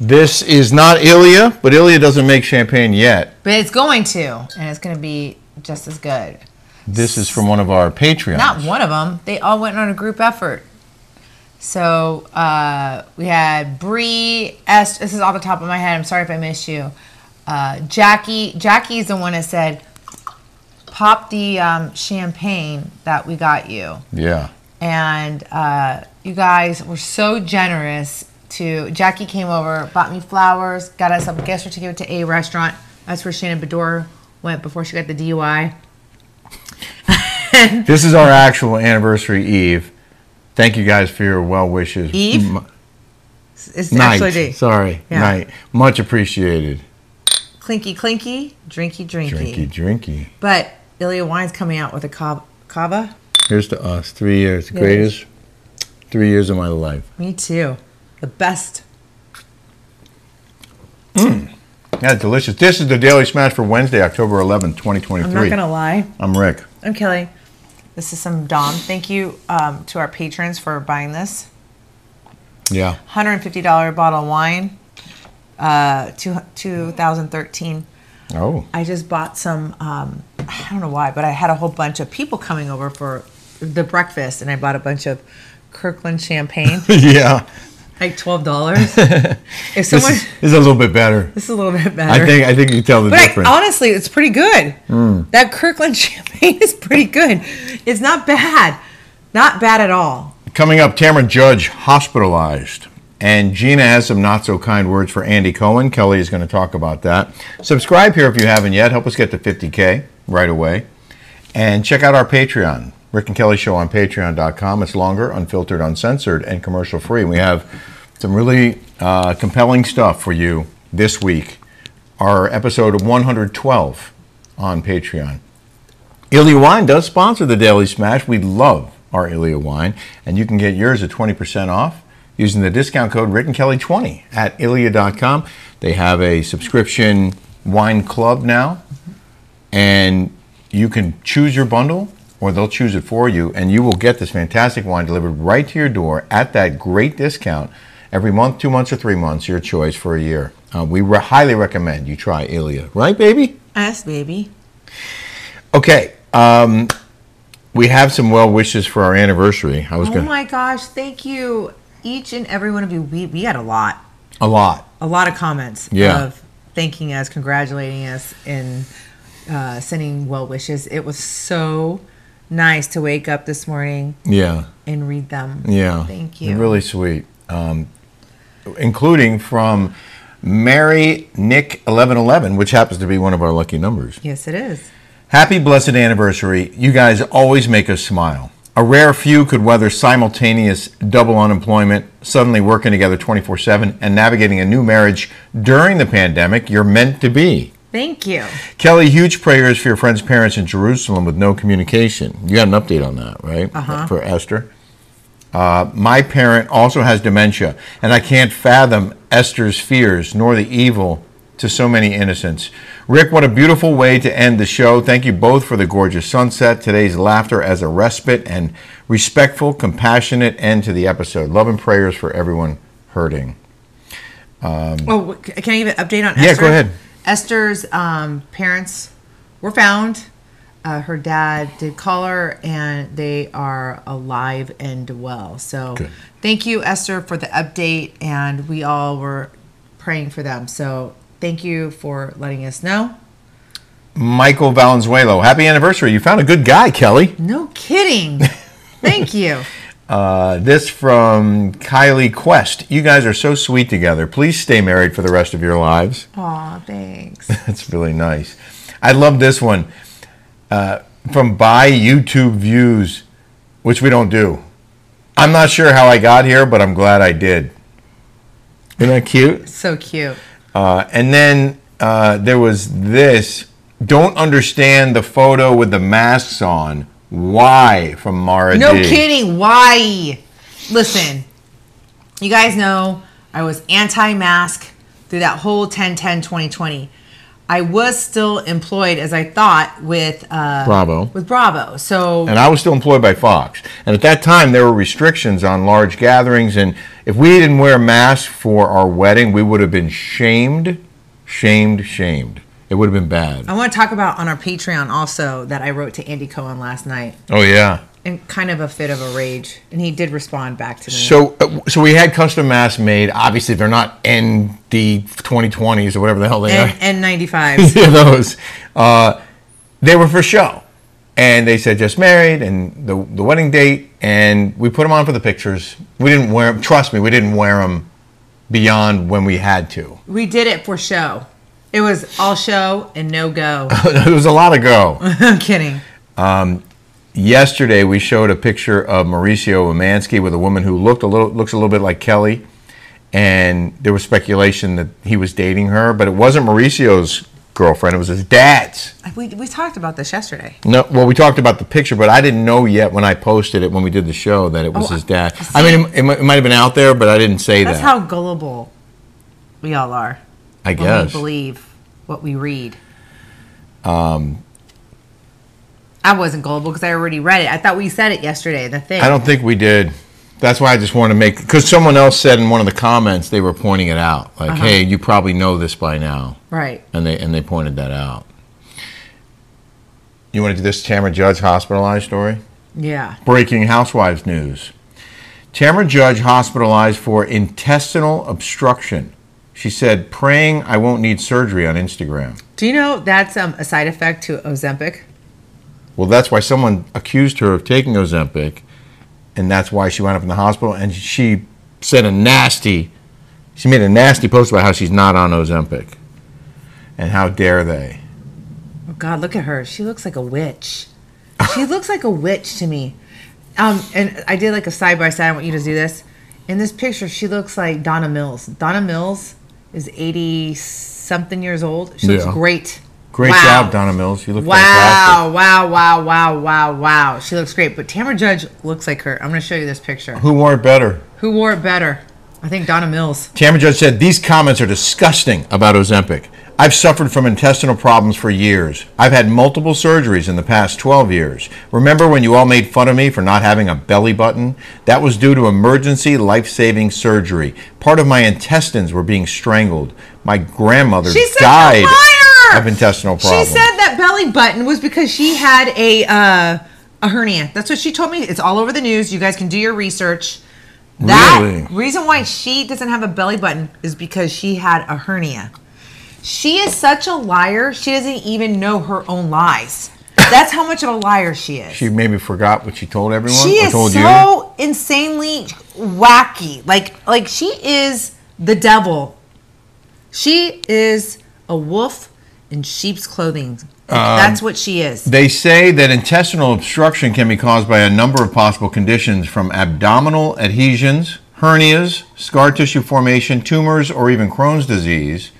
This is not Ilia, but Ilia doesn't make champagne yet. But it's going to, and it's going to be just as good. This is from one of our Patreons. Not one of them. They all went on a group effort. So uh, we had Bree. Est- this is off the top of my head. I'm sorry if I missed you. Uh, Jackie. Jackie's the one that said, "Pop the um, champagne that we got you." Yeah. and uh, you guys were so generous to jackie came over bought me flowers got us a guest certificate to a restaurant that's where shannon bedore went before she got the dui This is our actual anniversary eve. Thank you guys for your well wishes. Eve? M- it's night. actually D. Sorry. Yeah. Night. Much appreciated. clinky clinky drinky drinky, Drinky, drinky. but ilya wine's coming out with a cava, cava? Here's to us. Three years. Yes. Greatest three years of my life. me too the best Yeah, delicious. This is the Daily Smash for Wednesday, October 11th, 2023. i'm not gonna lie I'm Rick. i'm kelly this is some dom thank you um, to our patrons for buying this Yeah. $150 bottle of wine, uh, two, 2013. Oh. I just bought some, um, I don't know why, but I had a whole bunch of people coming over for the breakfast, and I bought a bunch of Kirkland champagne, yeah. like $12. if This someone, is, this, this is a little bit better. is a little bit better. I think Hmm. I think you can tell the but I- difference. honestly, it's pretty good. That Kirkland champagne is pretty good. It's not bad. Not bad at all. Coming up, Tamara Judge hospitalized. And Gina has some not so kind words for Andy Cohen. Kelly is going to talk about that. Subscribe here if you haven't yet. Help us get to 50K right away. And check out our Patreon, Rick and Kelly Show on patreon.com. It's longer, unfiltered, uncensored, and commercial free. We have some really uh, compelling stuff for you this week. Our episode 112 on Patreon. Ilya Wine does sponsor the Daily Smash. We love our Ilya Wine, and you can get yours at 20% off using the discount code Rick and Kelly 20 at Ilya.com. They have a subscription wine club now, and you can choose your bundle or they'll choose it for you, and you will get this fantastic wine delivered right to your door at that great discount every month, two months, or three months, your choice for a year. Uh, we re- highly recommend you try Ilya, right, baby? Yes, baby. Okay. Um, we have some well wishes for our anniversary. I was Oh going my gosh, thank you. Each and every one of you, we, we had a lot, a lot. a lot of comments Yeah. of thanking us, congratulating us, and uh, sending well wishes. It was so nice to wake up this morning Yeah, and read them. yeah. Thank you. Really sweet. Um, including from Mary Nick eleven eleven, which happens to be one of our lucky numbers. Yes, it is. Happy blessed anniversary. You guys always make us smile. A rare few could weather simultaneous double unemployment, suddenly working together 24 7, and navigating a new marriage during the pandemic. You're meant to be. Thank you. Kelly, huge prayers for your friend's parents in Jerusalem with no communication. You had an update on that, right? Uh-huh. For Esther. Uh, my parent also has dementia, and I can't fathom Esther's fears nor the evil to so many innocents. Rick, what a beautiful way to end the show. Thank you both for the gorgeous sunset, today's laughter as a respite, and respectful, compassionate end to the episode. Love and prayers for everyone hurting. Oh, c- can I give an update on Yeah, Esther? go ahead. Esther's um, parents were found. Uh, her dad did call her, and they are alive and well. So, Good. thank you, Esther, for the update, and we all were praying for them. So, thank you for letting us know. Michael Valenzuelo, happy anniversary. You found a good guy, Kelly. No kidding. thank you. Uh, this from Kylie Quest. You guys are so sweet together. Please stay married for the rest of your lives. Aw, thanks. That's really nice. I love this one uh, from Buy YouTube Views, which we don't do. I'm not sure how I got here, but I'm glad I did. Isn't that cute? So cute. Uh, and then uh, there was this don't understand the photo with the masks on. Why? From Mara No D. kidding. Why? Listen, you guys know I was anti mask through that whole 10 10 2020. I I was still employed as I thought with uh, Bravo. with Bravo. So and I was still employed by Fox. And at that time, there were restrictions on large gatherings, and if we didn't wear masks for our wedding, we would have been shamed, shamed, shamed. It would have been bad. I want to talk about on our Patreon also that I wrote to Andy Cohen last night Oh yeah. in kind of a fit of a rage, and he did respond back to me. So, uh, so we had custom masks made. Obviously, they're not ND 2020s or whatever the hell they are. and, and 95s. Yeah, those. Uh, they were for show, and they said just married and the the wedding date, and we put them on for the pictures. We didn't wear 'em- Trust me, we didn't wear them beyond when we had to. we did it for show. It was all show and no go. it was a lot of go. I'm kidding. yesterday we showed a picture of Mauricio Omansky with a woman who looked a little looks a little bit like Kelly, and there was speculation that he was dating her, but it wasn't Mauricio's girlfriend; it was his dad's. We, we talked about this yesterday. No, well, we talked about the picture, but I didn't know yet when I posted it when we did the show that it was Oh, his dad. I mean, it, it might- it might have been out there, but I didn't say That's that. how gullible we all are. I when guess. we believe what we read. Um, Um, I wasn't gullible because I already read it. I thought we said it yesterday. The thing. I don't think we did. That's why I just wanted to make because someone else said in one of the comments they were pointing it out, Uh-huh. like, "Hey, you probably know this by now." Right. and they and they pointed that out. You want to do this Tamra Judge hospitalized story? Yeah. Breaking housewives news. Tamra Judge hospitalized for intestinal obstruction. She said, praying I won't need surgery on Instagram. Do you know that's um, a side effect to Ozempic? Well, that's why someone accused her of taking Ozempic, and that's why she wound up in the hospital. And she said a nasty, she made a nasty post about how she's not on Ozempic. And how dare they? Oh God, look at her. She looks like a witch. She looks like a witch to me. Um, and I did like a side by side. I want you to do this. In this picture, she looks like Donna Mills. Donna Mills is eighty something years old. She looks Yeah. great. Great Wow. job, Donna Mills. You look fantastic. Wow, wow, wow, wow, wow, wow. She looks great. But Tamra Judge looks like her. I'm going to show you this picture. Who wore it better? Who wore it better? I think Donna Mills. Tamara Judge said, These comments are disgusting about Ozempic. I've suffered from intestinal problems for years. I've had multiple surgeries in the past 12 years. Remember when you all made fun of me for not having a belly button? That was due to emergency life saving surgery. Part of my intestines were being strangled. My grandmother She said died the liar! of intestinal She problems. said that belly button was because she had a uh, a hernia. That's what she told me. It's all over the news. You guys can do your research. That Really? reason why she doesn't have a belly button is because she had a hernia. She is such a liar. She doesn't even know her own lies. That's how much of a liar she is. she maybe forgot what she told everyone She or is told you. so insanely wacky. Like like she is the devil. She is a wolf in sheep's clothing. Um, That's what she is. They say that intestinal obstruction can be caused by a number of possible conditions from abdominal adhesions, hernias, scar tissue formation, tumors, or even Crohn's disease.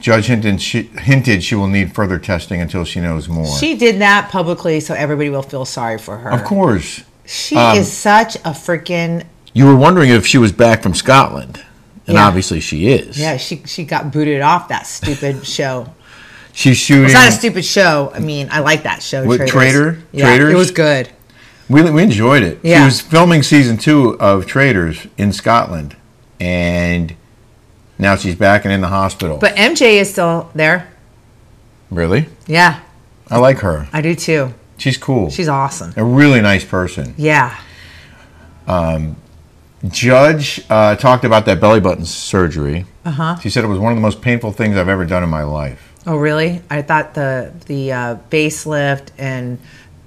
Judge hinted she, hinted she will need further testing until she knows more. She did that publicly so everybody will feel sorry for her. of course. Um, She is such a freaking You were wondering if she was back from Scotland, and Yeah. obviously she is. yeah, she she got booted off that stupid show. She's shooting. It's not a stupid show. I mean, I like that show. What, Traders. Trader? Yeah, Traders? It was good. We, we enjoyed it. She Yeah. was filming season two of Traders in Scotland, and now she's back and in the hospital. But MJ is still there. really? Yeah, I like her. I do too. She's cool. She's awesome. a really nice person. Yeah. Judge uh, talked about that belly button surgery. Uh-huh. She said it was one of the most painful things I've ever done in my life. Oh, really? I thought the the uh, base lift and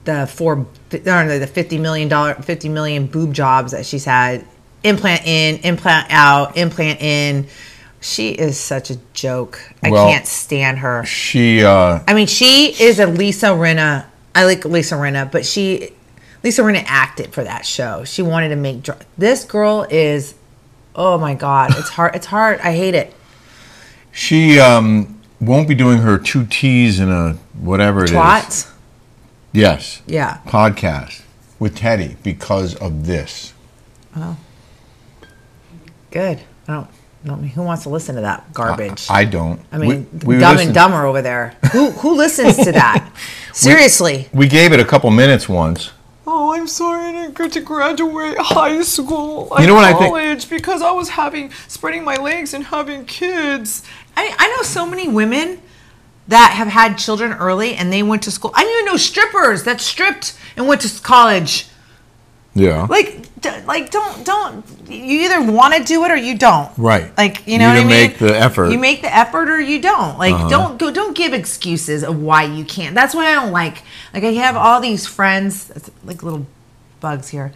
the four, or no, the fifty million dollar, fifty million boob jobs that she's had, implant in, implant out, implant in. She is such a joke. I Well- can't stand her. She uh, I mean, she is a Lisa Rinna. I like Lisa Rinna, but she, Lisa Rinna acted for that show. She wanted to make dr- this girl is, oh my god, it's hard. It's hard. I hate it. she um, won't be doing her two T's in a whatever it is. Twats. Yes. Yeah. Podcast with Teddy because of this. Good. I don't. I don't know who wants to listen to that garbage. I don't. I mean, dumb listened- and dumber over there. Who who listens to that? Seriously. We gave it a couple minutes once. Oh, I'm sorry I didn't get to graduate high school and You know what I think- college because I was having spreading my legs and having kids. I, I know so many women that have had children early and they went to school. I even know strippers that stripped and went to college. Yeah. Like, d- like don't don't. You either want to do it or you don't. Right. Like you You know what I either mean. make the effort. Uh-huh. You make the effort or you don't. Like don't go. Don't give excuses of why you can't. That's why I don't like. Like I have all these friends, that's like little bugs here,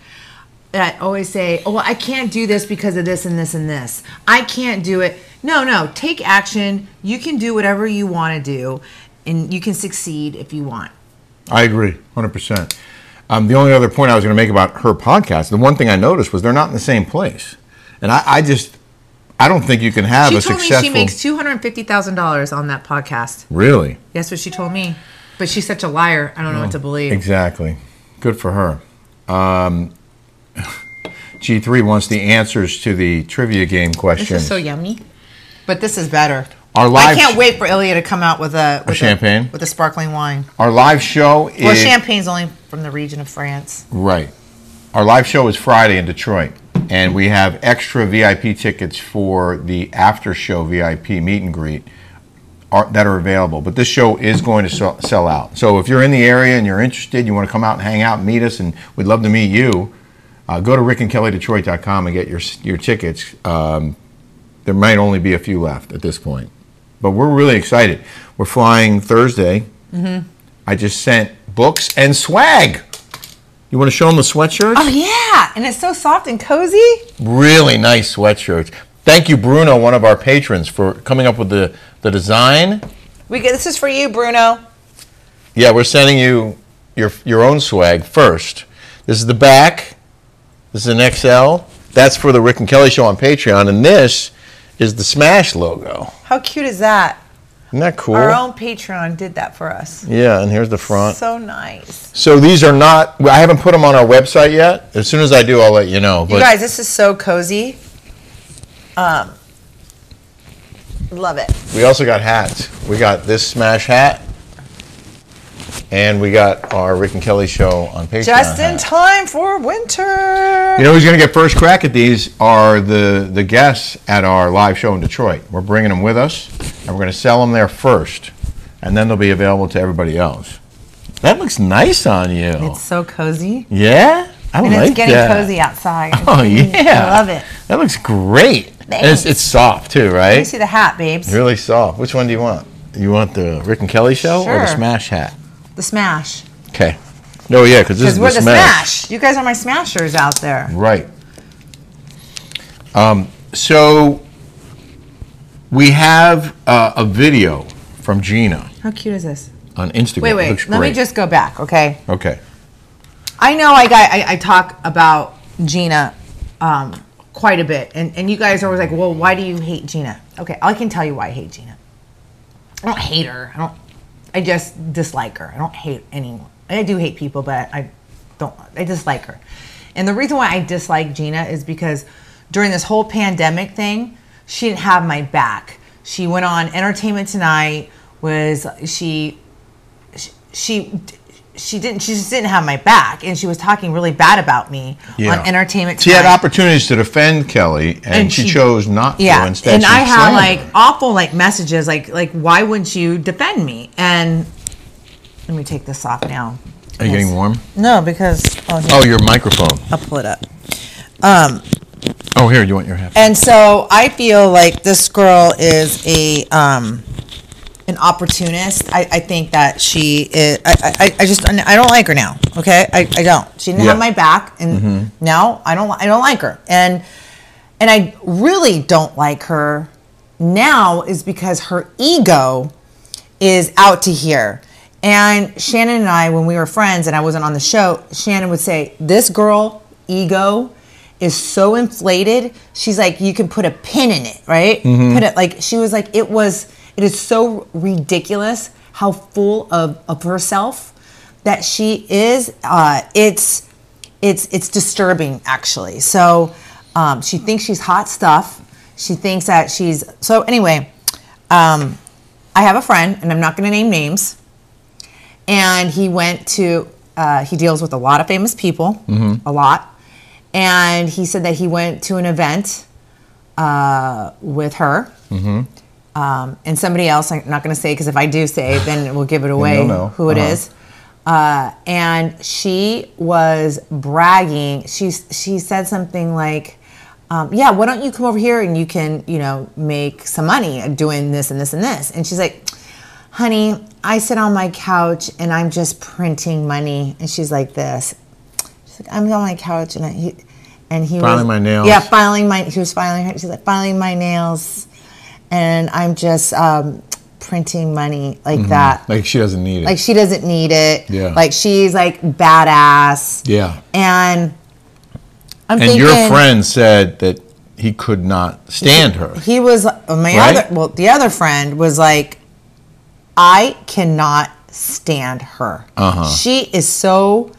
that always say, "Oh, well, I can't do this because of this and this and this. I can't do it." No, no. Take action. You can do whatever you want to do, and you can succeed if you want. I agree, 100%. Um, the only other point I was going to make about her podcast, the one thing I noticed was they're not in the same place. And I, I just, I don't think you can have She a told successful. me she makes two hundred fifty thousand dollars on that podcast. really? That's what she told me. But she's such a liar. I don't know what to believe. Exactly. Good for her. Um, G3 wants the answers to the trivia game This question. is so yummy. But this is better. Our live I can't sh- wait for Ilya to come out with a with a- champagne? with a sparkling wine. Our live show is. Well, champagne's only from the region of France. Right. Our live show is Friday in Detroit, and we have extra VIP tickets for the after show VIP meet and greet are, that are available. But this show is going to sell, sell out. So if you're in the area and you're interested, you want to come out and hang out, and meet us, and we'd love to meet you. Uh, go to rickandkellydetroit.com and get your s- your tickets. Um, there might only be a few left at this point, but we're really excited. We're flying Thursday. I just sent books and swag. You want to show them the sweatshirts? Oh yeah, and it's so soft and cozy. Really nice sweatshirts. Thank you, Bruno, one of our patrons, for coming up with the, the design. We get this is for you, Bruno. Yeah, we're sending you your, your own swag first. This is the back. This is an XL. That's for the Rick and Kelly show on Patreon. And this is the Smash logo. How cute is that? Isn't that cool? Our own Patreon did that for us. yeah, and here's the Oh. front. So nice. So these are not, I haven't put them on our website yet. As soon as I do, I'll let you know. you guys, this is so cozy. Um, love it. We also got hats. We got this Smash hat, and we got our Rick and Kelly show on Patreon. Just in hat. time for winter. You know who's going to get first crack at these are the the guests at our live show in Detroit. We're bringing them with us, and we're going to sell them there first, and then they'll be available to everybody else. That looks nice on you. It's so cozy. yeah, I And Oh, like it's getting that. cozy outside. Oh yeah, I love it. That looks great. And it's, Thanks. it's soft too, You right? see the hat, babes. Really soft. Which one do you want? You want the Rick and Kelly show or the Sure. Smash hat? The smash. Okay. No, yeah, because Because this is we're the the smash. smash. You guys are my smashers out there. Right. Um, so we have uh, a video from Gina How cute is this? on Instagram. Wait, It wait. looks Let me great. just go back, okay? Okay. I know I got I, I talk about Gina um, quite a bit, and, and you guys are always like, well, why do you hate Gina? Okay, I can tell you why I hate Gina. I don't hate her. I don't. I just dislike her. I don't hate anyone. I do hate people, but I don't. I dislike her. And the reason why I dislike Gina is because during this whole pandemic thing, she didn't have my back. She went on Entertainment Tonight. Was she she she didn't she just didn't have my back and she was talking really bad about me Yeah. on entertainment She had Tonight. opportunities to defend Kelly, and, she, chose not to. Instead, and she I had slammed like her. awful like messages like like why wouldn't you defend me? And let me take this off now. Are you getting warm? No, because oh, here, Oh, your microphone. I'll pull it up. Oh, here. You want your hat? And so I feel like this girl is a um, An opportunist. I, I think that she is. I, I, I just I don't like her now. Okay, I, I don't. She didn't have Yeah. my back, and now I don't. I don't like her, and and I really don't like her now is because her ego is out to here. And Shannon and I, when we were friends, and I wasn't on the show, Shannon would say, "This girl ego is so inflated. She's like, you can put a pin in it, right? Put it like she was like, it was. It is so ridiculous how full of of herself." that she is uh, it's it's it's disturbing actually so um, she thinks she's hot stuff She thinks that she's so. Anyway, um, I have a friend, and I'm not going to name names. And he went to. Uh, he deals with a lot of famous people, a lot, and he said that he went to an event uh, with her. Mm-hmm. Um, and somebody else, I'm not going to say because if I do say, then we'll give it away know. who it Uh-huh. is uh, and she was bragging. She she said something like, um, "Yeah, why don't you come over here and you can you know make some money doing this and this and this?" And she's like, "Honey, I sit on my couch and I'm just printing money." And she's like, "This." She's like, "I'm on my couch and I." He, and he was, Filing my nails. Yeah, filing my. He was filing. her- She's like filing my nails, and I'm just um, printing money like that. Like she doesn't need it. Like she doesn't need it. Mm-hmm. Yeah. Like she's like badass. yeah. And I'm And thinking your friend said that he could not stand her. he was uh, my Right? other well the other friend was like I cannot stand her. Uh-huh. She is so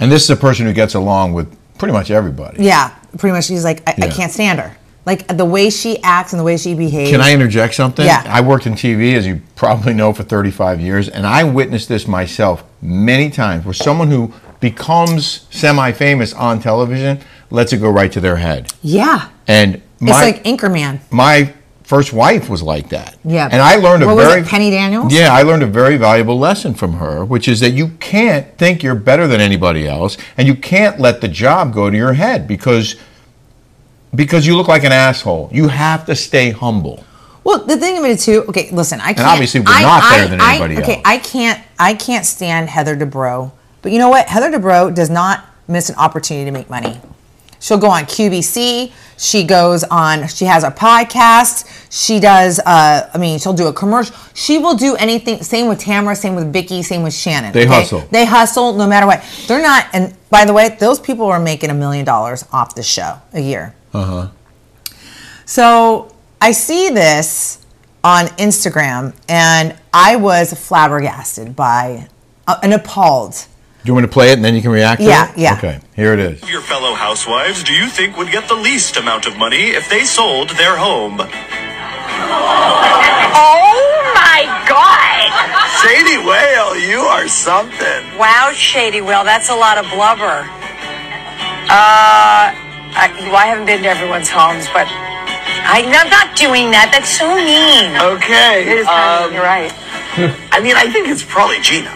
And this is a person who gets along with pretty much everybody. yeah, pretty much she's like I, I Yeah. can't stand her. Like the way she acts and the way she behaves. Can I interject something? Yeah. I worked in TV, as you probably know, for 35 years, and I witnessed this myself many times where someone who becomes semi famous on television lets it go right to their head. Yeah. And It's my, like Anchorman. my first wife was like that. Yeah. And I learned a What was it, very Penny Daniels? Yeah, I learned a very valuable lesson from her, which is that you can't think you're better than anybody else, and you can't let the job go to your head because because you look like an asshole. You have to stay humble. Well, the thing about it too. Okay, listen, I can't. obviously we're I- not I- better than I- anybody Okay, else. I can't. I can't stand Heather Dubrow. But you know what? Heather Dubrow does not miss an opportunity to make money. She'll go on QVC. She goes on. She has a podcast. She does. Uh, I mean, she'll do a commercial. She will do anything. Same with Tamara. Same with Vicky. Same with Shannon. They hustle. They hustle no matter what. They're not. And by the way, those people are making a million dollars off the show a year. Uh-huh. So I see this on Instagram, and I was flabbergasted by uh, and appalled. Do you want me to play it and then you can react to Yeah, it? yeah. Okay, here it is. your fellow housewives do you think would get the least amount of money if they sold their home? Oh my God! Shady Whale, you are something. Wow, Shady Will, that's a lot of blubber. Uh, I, well, I haven't been to everyone's homes, but I, I'm not doing that. That's so mean. Okay. um, you're right. I mean, I think it's probably Gina.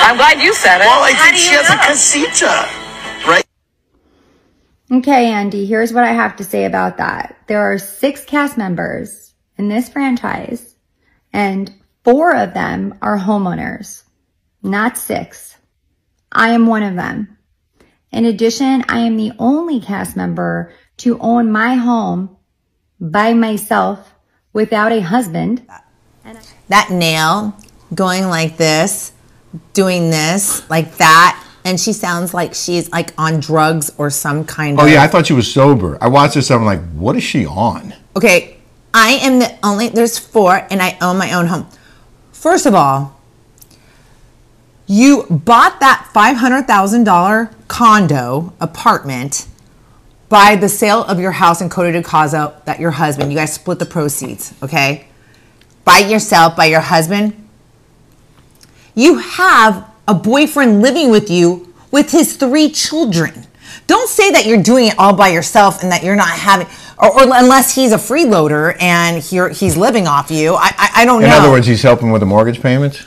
I'm glad you said it. Well, I How think do she you has a know? casita, right? Okay, Andy, here's what I have to say about that. There are six cast members in this franchise, and four of them are homeowners, not six. I am one of them. In addition, I am the only cast member to own my home by myself without a husband. That nail going like this, doing this like that, and she sounds like she's like on drugs or some kind Oh of. yeah, I thought she was sober. I watched this and I'm like, what is she on? Okay, I am the only, there's four, and I own my own home. First of all, you bought that $500,000 condo apartment by the sale of your house in Cota de Caza that your husband, you guys split the proceeds, okay? By yourself, by your husband. You have a boyfriend living with you with his three children. Don't say that you're doing it all by yourself and that you're not having, or, or unless he's a freeloader and he he's living off you. I, I, I don't In know. other words, he's helping with the mortgage payments?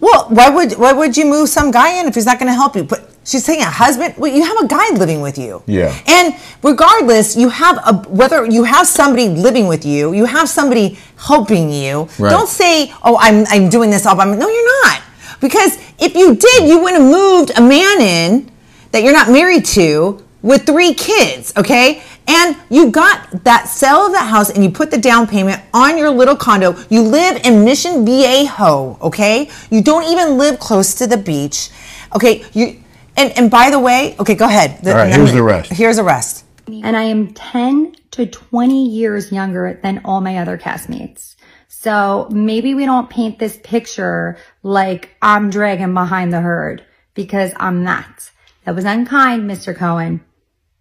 Well, why would why would you move some guy in if he's not going to help you? But she's saying a husband. Well, you have a guy living with you. Yeah. And regardless, you have a whether you have somebody living with you, you have somebody helping you. Right. Don't say, "Oh, I'm I'm doing this all by my-" No, you're not. Because if you did, you would have moved a man in that you're not married to with three kids, okay? And you got that sale of that house and you put the down payment on your little condo. You live in Mission Viejo, okay? You don't even live close to the beach. Okay, you and and by the way, okay, go ahead. The- All right, I'm here's gonna- the rest. Here's the rest. and I am 10 to 20 years younger than all my other castmates. So maybe we don't paint this picture like I'm dragging behind the herd because I'm not. That was unkind, Mr. Cohen.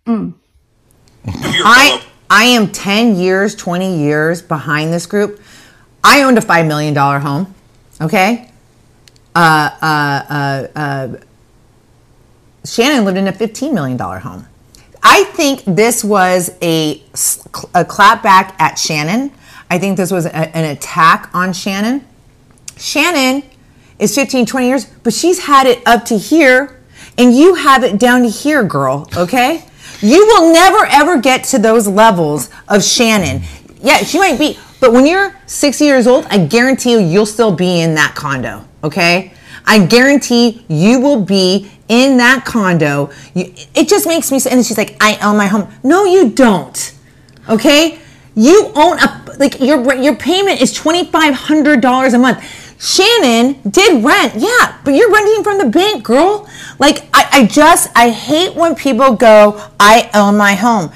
Your I fellow- I am 10 years, 20 years behind this group. I owned a $5 million home, okay? Uh, uh, uh, uh, Shannon lived in a $15 million home. I think this was a, s- a clap back at Shannon. I think this was a, an attack on Shannon. Shannon is 15, 20 years, but she's had it up to here, and you have it down to here, girl, okay? You will never, ever get to those levels of Shannon. Yeah, she might be, but when you're 60 years old, I guarantee you, you'll still be in that condo, okay? I guarantee you will be in that condo. You, it just makes me, s- and she's like, I own my home. No, you don't okay you own a like your your payment is $2500 a month shannon did rent yeah but you're renting from the bank girl like I, I just i hate when people go i own my home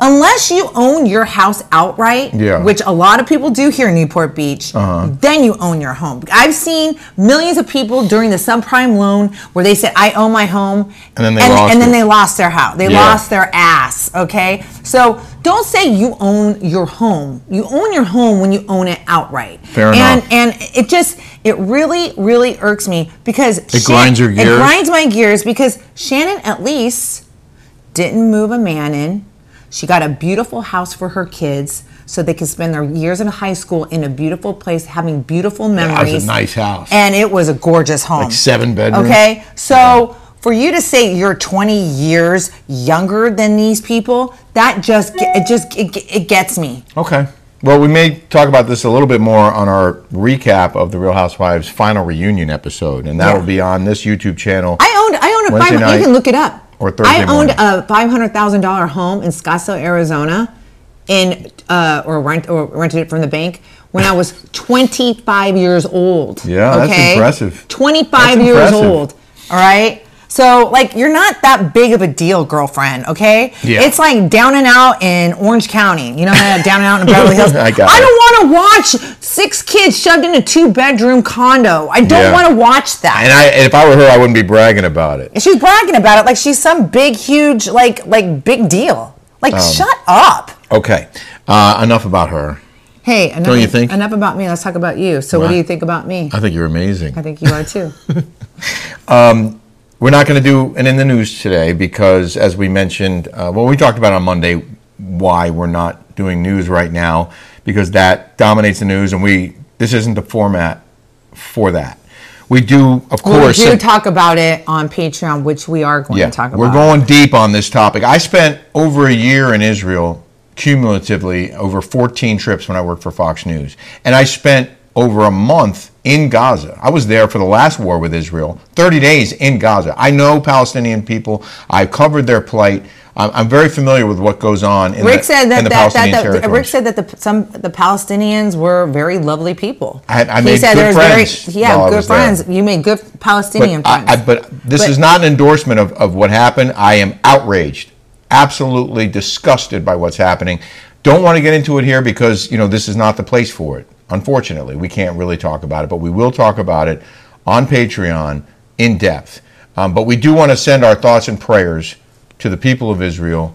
unless you own your house outright Yeah. Uh-huh. which a lot of people do here in newport beach then you own your home i've seen millions of people during the subprime loan where they said i own my home And then they lost and then it. they lost their house they Yeah. lost their ass, okay? So don't say you own your home. You own your home when you own it outright. Fair and, enough. And it just, it really, really irks me because it grinds your It gears? grinds my gears because Shannon at least didn't move a man in. She got a beautiful house for her kids so they could spend their years in high school in a beautiful place having beautiful that was memories. a nice house. And it was a gorgeous home. Like seven bedroom. Okay. So for you to say you're 20 years younger than these people, that just ge- it just it, ge- it gets me. Okay. Well, we may talk about this a little bit more on our recap of the Real Housewives final reunion episode, and that'll Yeah. be on this YouTube channel. I owned I owned a Wednesday five, night you can look it up. or Thursday I owned morning. a five hundred thousand dollar home in Scottsdale, Arizona, in uh, or rent or rented it from the bank when I was twenty five years old. Yeah, that's impressive. Twenty five That's years impressive. old. All right. So like you're not that big of a deal, girlfriend. Okay. Yeah. It's like down and out in Orange County. You know that down and out in Beverly Hills. I got it. don't want to watch six kids shoved in a two bedroom condo. I don't Yeah. want to watch that. and I, and if I were her, I wouldn't be bragging about it. And she's bragging about it like she's some big, huge, like, like big deal. Like, Um, shut up. Okay. Uh, enough about her. Hey, enough, Don't you think? Uh, enough about me. Let's talk about you. So, what do Right. you think about me? I think you're amazing. I think you are too. We're not going to do an in the news today because, as we mentioned, uh, well, we talked about on Monday why we're not doing news right now because that dominates the news, and we this isn't the format for that. We do, of we course, do talk about it on Patreon, which we are going yeah, to talk about. we're going deep on this topic. I spent over a year in Israel cumulatively over 14 trips when I worked for Fox News, and I spent over a month in Gaza. I was there for the last war with Israel, 30 days in Gaza. I know Palestinian people. I covered their plight. I'm, I'm very familiar with what goes on in Rick the, said in that, the that, Palestinian that, that territories. Rick said that the some the Palestinians were very lovely people. I- I he made said good there's friends very yeah, while I good was there. friends. You made good Palestinian but I- friends. I, but this But- is not an endorsement of, of what happened. I am outraged, absolutely disgusted by what's happening. Don't want to get into it here because you know this is not the place for it. Unfortunately, we can't really talk about it, but we will talk about it on Patreon in depth. Um, but we do want to send our thoughts and prayers to the people of Israel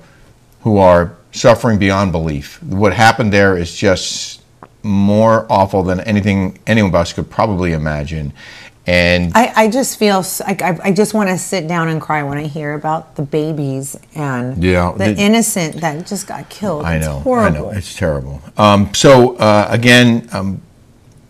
who are suffering beyond belief. What happened there is just more awful than anything any of us could probably imagine. And I, I just feel s- like I, I just want to sit down and cry when I hear about the babies and Yeah, the the- innocent that just got killed. I It's know. horrible. I know. It's terrible. Um, so uh, again, um,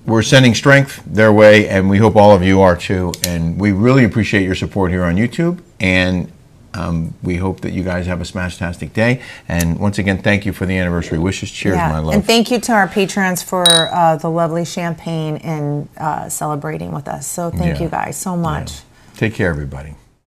we're sending strength their way, and we hope all of you are too. And we really appreciate your support here on YouTube, and um, we hope that you guys have a smash-tastic day. And once again, thank you for the anniversary wishes. Cheers, yeah. my love. And thank you to our patrons for uh, the lovely champagne and uh, celebrating with us. So thank Yeah. you guys so much. Take care, everybody.